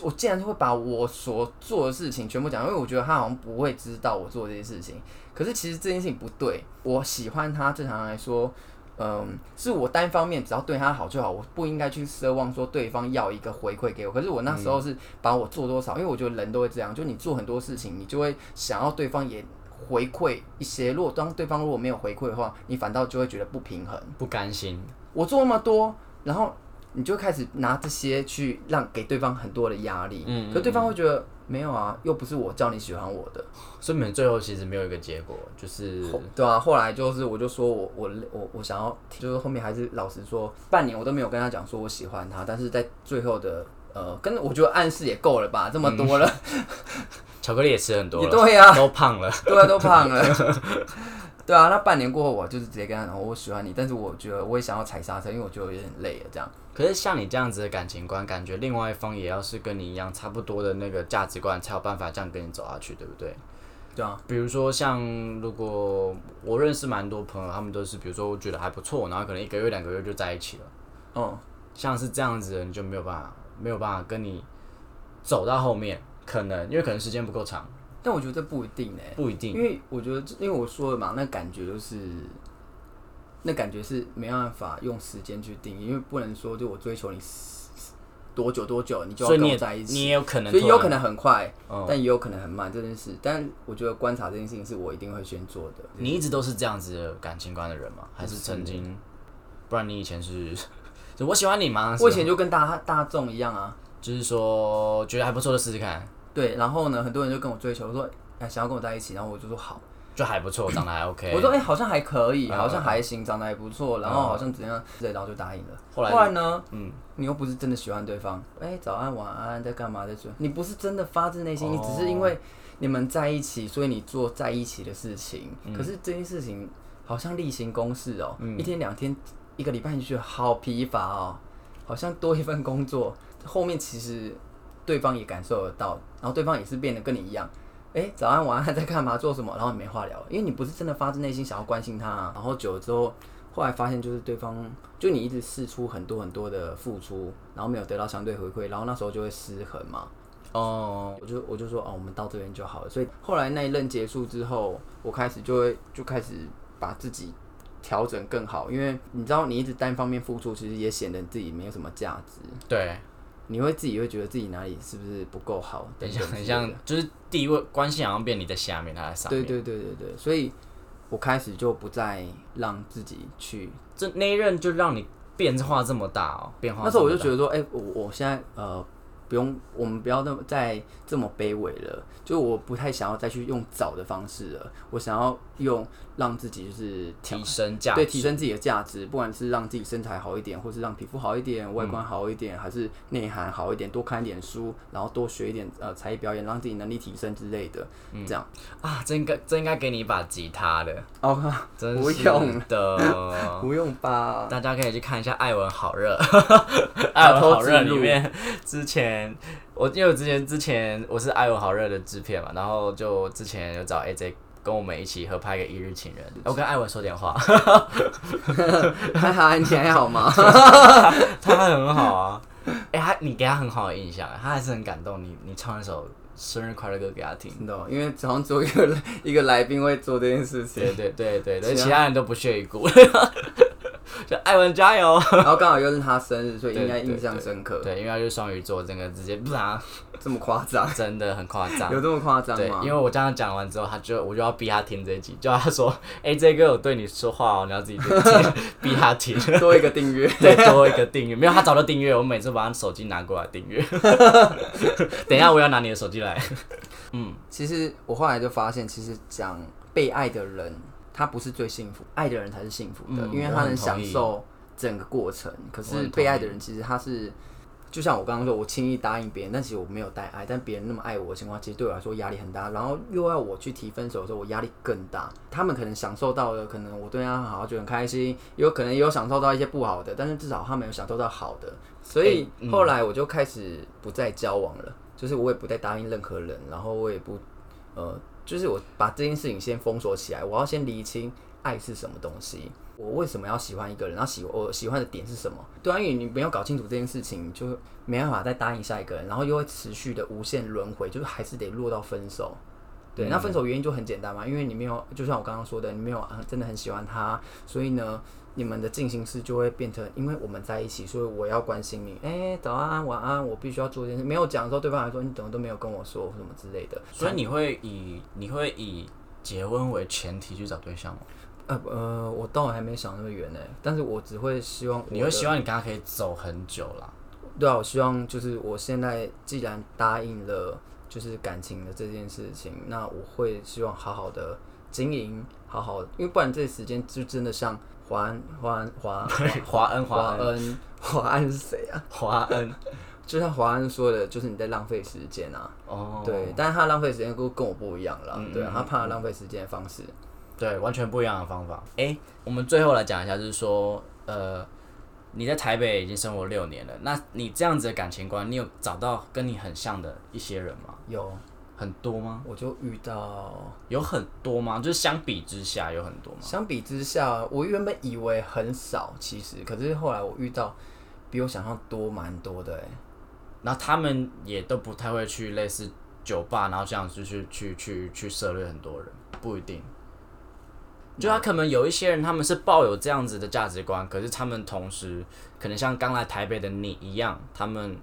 我竟然会把我所做的事情全部讲，因为我觉得他好像不会知道我做这些事情。可是其实这件事情不对，我喜欢他，正常来说，嗯，是我单方面只要对他好就好，我不应该去奢望说对方要一个回馈给我。可是我那时嗯候是把我做多少，因为我觉得人都会这样，就你做很多事情，你就会想要对方也回馈一些。如果当对方如果没有回馈的话，你反倒就会觉得不平衡。不甘心，我做那么多，然后你就开始拿这些去让给对方很多的压力，嗯嗯可对方会觉得没有啊，又不是我叫你喜欢我的。所以你们最后其实没有一个结果， 就是后对啊，后来就是我就说我我我我想要，就是后面还是老实说，半年我都没有跟他讲说我喜欢他，但是在最后的呃，跟我觉得暗示也够了吧，这么多了，巧克力也吃嗯很多也了，对啊，都胖了， 对啊，都胖了。 对啊，那半年过后，我就是直接跟他讲，我喜欢你，但是我觉得我也想要踩刹车，因为我觉得我有点累了，这样。可是像你这样子的感情观，感觉另外一方也要是跟你一样差不多的那个价值观，才有办法这样跟你走下去，对不对？对啊，比如说像如果我认识蛮多朋友，他们都是比如说我觉得还不错，然后可能一个月两个月就在一起了，嗯，像是这样子的人就没有办法没有办法跟你走到后面，可能因为可能时间不够长，但我觉得这不一定呢、不一定。因为我觉得，因为我说了嘛，欸那感觉就是，那感觉是没办法用时间去定义，因为不能说就我追求你多久多久，你就所以要跟你我也在一起，你也有可能，所以有可能很快，嗯但也有可能很慢这件事。但我觉得观察这件事情是我一定会先做的。你一直都是这样子的感情观的人吗？还是不是曾经？不然你以前是， 就我喜欢你吗？我以前就跟大大众一样啊，就是说觉得还不错就试试看，对，然后呢，很多人就跟我追求说，哎，想要跟我在一起，然后我就说好，就还不错，长得还 OK。我说哎、好像还可以，嗯好像还行，长得还不错，然后好像怎样，对，然后就答应了。后来呢，嗯，你又不是真的喜欢对方，哎、早安晚安在干嘛在追，你不是真的发自内心，哦你只是因为你们在一起，所以你做在一起的事情，可是这件事情好像例行公事哦，一天两天，一个礼拜你觉得好疲乏哦，好像多一份工作，后面其实对方也感受得到，然后对方也是变得跟你一样，哎、早安晚安在干嘛做什么，然后你没话聊，因为你不是真的发自内心想要关心他、啊。然后久了之后，后来发现就是对方就你一直试出很多很多的付出，然后没有得到相对回馈，然后那时候就会失衡嘛。哦，我就我就说哦，我们到这边就好了。所以后来那一任结束之后，我开始就会就开始把自己调整更好，因为你知道你一直单方面付出，其实也显得自己没有什么价值，对，你会自己会觉得自己哪里是不是不够好，很像等很等之类的像，就是地位关系好像变你在下面，他在上面。对对对对对，所以我开始就不再让自己去。这那一任就让你变化这么大哦，变化那时候我就得觉得说，哎、我我现在呃，不用，我们不要那么再这么卑微了。就我不太想要再去用找的方式了，我想要用让自己就是提升价值，对提升自己的价值，不管是让自己身材好一点，或是让皮肤好一点、外嗯观好一点，还是内涵好一点，多看一点书，然后多学一点呃才艺表演，让自己能力提升之类的。这样啊，这应该这应该给你一把吉他的，哦，真不是用 的。不用吧。 大家可以去看一下《艾文好 热》，《艾打文头好自热》里入面之前我因为我之前之前我是《艾文好热》的制片嘛，然后就之前有找 AJ 跟我们一起合拍个《一日情人》，我跟艾文说点话，嗨嗨，你还好 吗？他很好啊， 哎、他你给他很好的印象，他还是很感动你，你唱那首生日快乐歌给他听。真的哦、因为好像只有一个 人一个来宾会做这件事情，对啊对对对对，其他其他人都不屑一顾。 就艾文加油！然后刚好又是他生日，所以对应该对印象深刻。对，因为他是双鱼座，整个直接 不然这么夸张？真的很夸张。有这么夸张对，吗因？为我这样讲完之后，他就我就要逼他听这一集，叫他说：“ 哎、这个有对你说话哦，你要自己去听，逼他听。” 多一个订阅，对，多一个订阅，没有他早就订阅，我每次把他手机拿过来订阅。 等一下，我要拿你的手机来。其实我后来就发现，其实讲被爱的人，他不是最幸福，爱的人才是幸福的，嗯因为他能享受整个过程。我可很是同意被爱的人，其实他是，就像我刚刚说，我轻易答应别人，但其实我没有带爱，但别人那么爱我的情况，其实对我来说压力很大。然后又要我去提分手的时候，我压力更大。他们可能享受到了，可能我对他很好，觉得很开心，也有可能也有享受到一些不好的，但是至少他们有享受到好的。所以后来我就开始不再交往了，就是我也不再答应任何人，然后我也不呃，就是我把这件事情先封锁起来，我要先厘清爱是什么东西，我为什么要喜欢一个人，然后喜我喜欢的点是什么？对啊，因为你没有搞清楚这件事情，就没办法再答应下一个人，然后又会持续的无限轮回，就是还是得落到分手。对，那分手原因就很简单嘛，因为你没有，就像我刚刚说的，你没有呃真的很喜欢他，所以呢，你们的进行式就会变成，因为我们在一起，所以我要关心你，哎、早安晚安，我必须要做这件事，没有讲的时候，对方还说你怎么都没有跟我说什么之类的，所以你会以你会以结婚为前提去找对象吗？呃不呃，我倒还没想那么远呢，但是我只会希望我你会的希望你跟他可以走很久 啦。对啊，我希望就是我现在既然答应了就是感情的这件事情，那我会希望好好的经营，好好，因为不然这时间就真的像华安华安华华恩华华恩 华安是谁啊？华恩就像华安说的，就是你在浪费时间啊。哦，对，但是他浪费时间跟跟我不一样啦，嗯对啊嗯，他怕浪费时间的方式。对，完全不一样的方法。哎、我们最后来讲一下，就是说，呃，你在台北已经生活六年了，那你这样子的感情观，你有找到跟你很像的一些人吗？有，很多吗？我就遇到有很多吗？就是相比之下有很多吗？相比之下，我原本以为很少，其实可是后来我遇到比我想象多蛮多的、欸，然后他们也都不太会去类似酒吧，然后这样子去去去去涉猎很多人，不一定。就他可能有一些人，他们是抱有这样子的价值观，可是他们同时可能像刚来台北的你一样，他们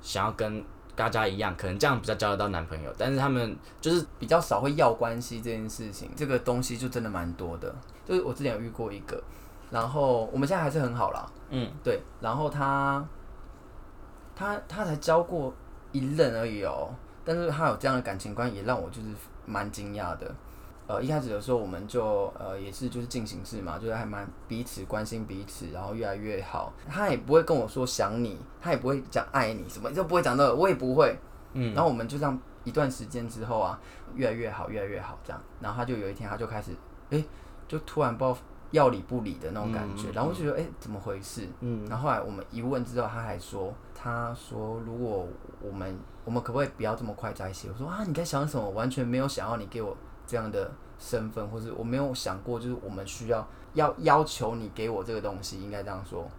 想要跟大家一样，可能这样比较交得到男朋友，但是他们就是比较少会要关系这件事情，这个东西就真的蛮多的。就是我之前有遇过一个，然后我们现在还是很好啦，嗯，对，然后他他他才交过一任而已哦，但是他有这样的感情观，也让我就是蛮惊讶的。呃，一开始的时候我们就呃也是就是进行式嘛，就是还蛮彼此关心彼此，然后越来越好。他也不会跟我说想你，他也不会讲爱你什么，就不会讲到我也不会。嗯，然后我们就这样一段时间之后啊，越来越好，越来越好这样。然后他就有一天他就开始，诶，就突然不知道要理不理的那种感觉，然后我就觉得哎、怎么回事？嗯，然后后来我们一问之后，他还说，他说如果我们我们可不可以不要这么快在一起？我说啊，你在想什么？完全没有想要你给我这样的身份，或是我没有想过，就是我们需要要要求你给我这个东西，应该这样说。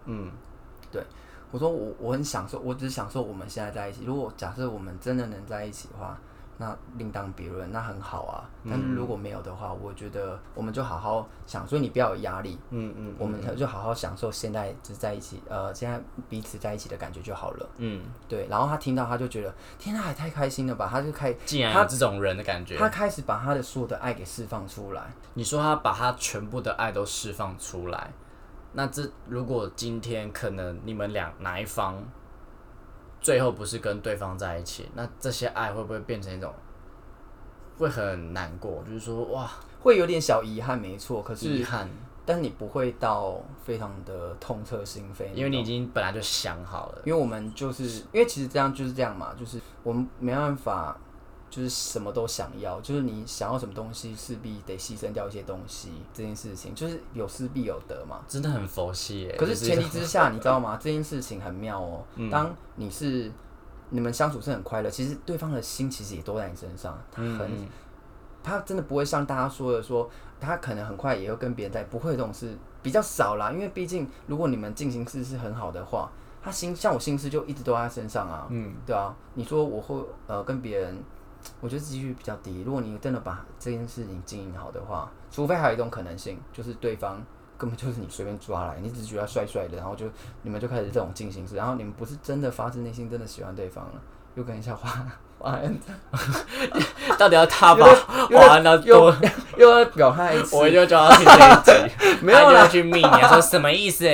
我说我我很享受，我只是享受我们现在在一起。如果假设我们真的能在一起的话，那另当别论，那很好啊。嗯但是如果没有的话，我觉得我们就好好享受，你不要有压力。嗯嗯我们就好好享受现在只在一起，呃，现在彼此在一起的感觉就好了。嗯，对，然后他听到他就觉得，天啊，也太开心了吧！他就开既然有这种人的感觉，他开始把他的所有的爱给释放出来。你说他把他全部的爱都释放出来，那这如果今天可能你们俩哪一方最后不是跟对方在一起，那这些爱会不会变成一种会很难过？就是说哇，会有点小遗憾，没错，可遗是憾，但你不会到非常的痛彻心扉，因为你已经本来就想好了，因为我们就是因为其实这样就是这样嘛，就是我们没办法，就是什么都想要，就是你想要什么东西，势必得牺牲掉一些东西。这件事情就是有失必有得嘛。真的很佛系耶。可就是前提之下，你知道吗？这件事情很妙哦。当你是你们相处是很快乐，其实对方的心其实也都在你身上，他很。他真的不会像大家说的说，他可能很快也会跟别人在，不会这种事比较少啦。因为毕竟如果你们进行式是很好的话，他心像我心思就一直都在他身上啊，嗯，对啊。你说我会呃跟别人，我觉得几率比较低。如果你真的把这件事情经营好的话，除非还有一种可能性，就是对方。根本就是你随便抓来，你只觉得他帅帅的，然后就你们就开始这种进行式，然后你们不是真的发自内心真的喜欢对方了，又跟一下花 花恩到底要 他把有点华安到又多，又要表态一次，我就叫他听这一集，没有啦哎他就去密你，还说什么意思？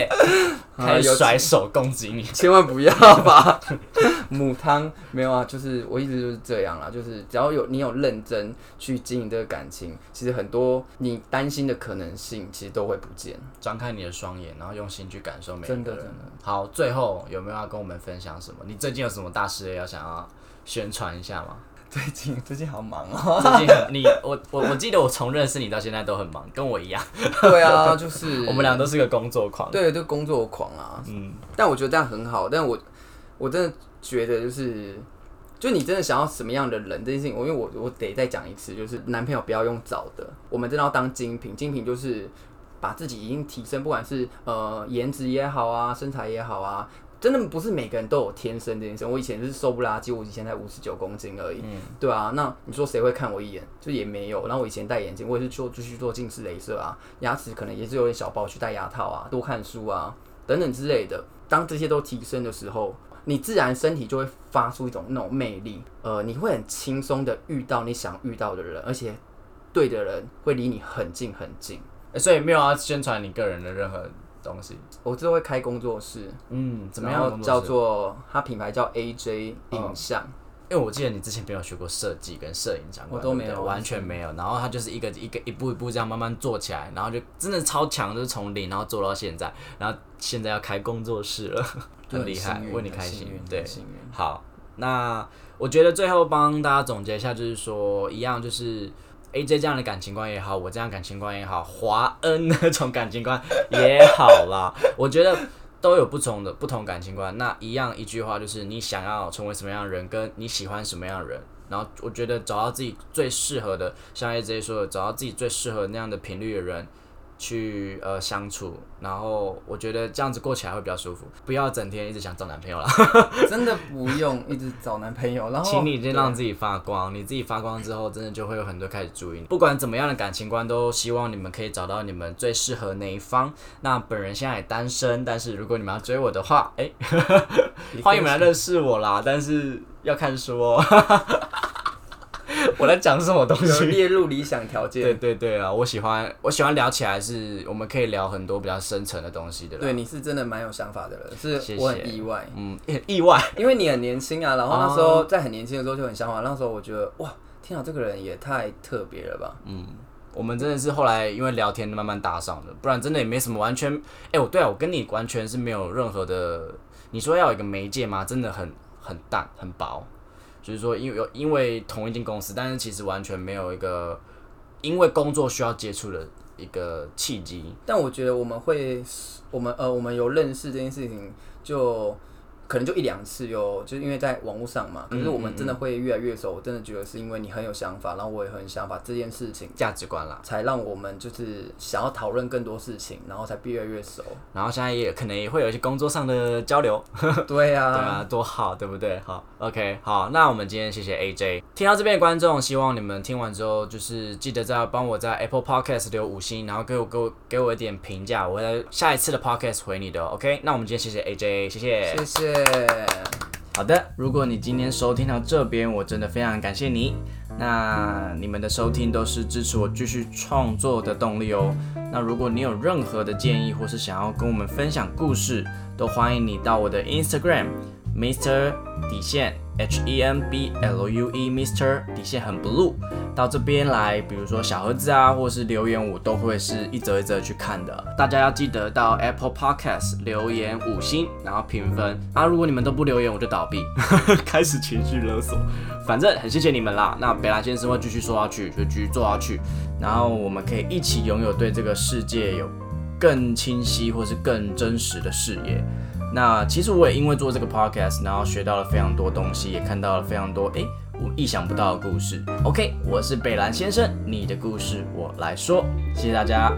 开始有甩手攻击你。千万不要吧， 母汤没有啊，就是我一直就是这样啦，就是只要有你有认真去经营这个感情，其实很多你担心的可能性其实都会不见。张开你的双眼，然后用心去感受每一个真人。的真的好，最后有没有要跟我们分享什么？你最近有什么大事业要想要宣传一下吗？最近最近好忙哦、 最近很你我我我记得我从认识你到现在都很忙，跟我一样，对啊， 就是我们俩都是个工作狂。对对工作狂啊，嗯，但我觉得这样很好，但我我真的觉得就是。就你真的想要什么样的人这件事情，我因为我我得再讲一次，就是男朋友不要用找的，我们真的要当精品。精品就是把自己已经提升，不管是呃颜值也好啊，身材也好啊，真的不是每个人都有天生这件事。我以前是瘦不拉几，我以前才五十九公斤而已，嗯对啊。那你说谁会看我一眼？就也没有。然后我以前戴眼镜，我也是做继续做近视雷射啊，牙齿可能也是有点小包，去戴牙套啊，多看书啊，等等之类的。当这些都提升的时候，你自然身体就会发出一种那种魅力，呃，你会很轻松的遇到你想遇到的人，而且对的人会离你很近很近。欸所以没有要宣传你个人的任何东西。我之后会开工作室，嗯，怎么然后样？叫？做它品牌叫 AJ 影哦像，因为我记得你之前没有学过设计跟摄影相关的，我都没有对不对完全没有。然后他就是一个一个一步一步这样慢慢做起来，然后就真的超强，就是从零然后做到现在，然后现在要开工作室了，就很厉害幸，运为你开很幸心运。对很，幸运。好，那我觉得最后帮大家总结一下，就是说一样就是 A J 这样的感情观也好，我这样的感情观也好，华恩那种感情观也好 啦，我觉得。都有不同的不同感情观，那一样一句话就是你想要成为什么样的人，跟你喜欢什么样的人，然后我觉得找到自己最适合的，像 A J 说的，找到自己最适合那样的频率的人，去呃相处，然后我觉得这样子过起来会比较舒服，不要整天一直想找男朋友啦。真的不用一直找男朋友，然 后请你先让自己发光，你自己发光之后，真的就会有很多开始注意你。不管怎么样的感情观，都希望你们可以找到你们最适合哪一方。那本人现在也单身，但是如果你们要追我的话，哎、也可以欢迎你们来认识我啦，但是要看书哦。我在讲什么东有西？列入理想条件。对对对啊，我喜欢我喜欢聊起来是，我们可以聊很多比较深层的东西的啦。对，你是真的蛮有想法的人，谢是谢我很意外，嗯，很意外。因为你很年轻 啊。然后那时哦候在很年轻的时候就很向往，那时候我觉得哇，天啊，这个人也太特别了吧！我们真的是后来因为聊天慢慢搭上的，不然真的也没什么完全。哎、我对啊，我跟你完全是没有任何的。你说要有一个媒介吗？真的很很淡很薄，就是说因为有因为同一间公司，但是其实完全没有一个因为工作需要接触的一个契机。但我觉得我们会，我们呃，我们有认识这件事情就。可能就一两次哟，就是因为在网络上嘛。嗯可是我们真的会越来越熟，我真的觉得是因为你很有想法，然后我也很有想法，这件事 情价值观啦，才让我们就是想要讨论更多事情，然后才越来越 熟。然后现在也可能也会有一些工作上的交流，对对啊，啊，多好，对不对？好，OK，好，那我们今天谢谢 AJ。听到这边的观众，希望你们听完之后，就是记得再帮我在 Apple Podcast 留五星，然后给我给我给我一点评价，我会在下一次的 Podcast 回你的哦。OK，那我们今天谢谢 AJ，谢谢。谢谢。好的，如果你今天收听到这边，我真的非常感谢你。那你们的收听都是支持我继续创作的动力哦。那如果你有任何的建议，或是想要跟我们分享故事，都欢迎你到我的 Instagram Mr 底线 H E M B L U E Mr 底线很 blue 到这边来，比如说小盒子啊，或是留言，我都会是一则一则去看的。大家要记得到 Apple Podcast 留言五星，然后评分啊。如果你们都不留言，我就倒闭， 开始情绪勒索。反正很谢谢你们啦。那北兰先生会继续说下去，就继续做下去，然后我们可以一起拥有对这个世界有更清晰或是更真实的视野。那其实我也因为做这个 podcast，然后学到了非常多东西，也看到了非常多诶我意想不到的故事。OK，我是北兰先生，你的故事我来说，谢谢大家。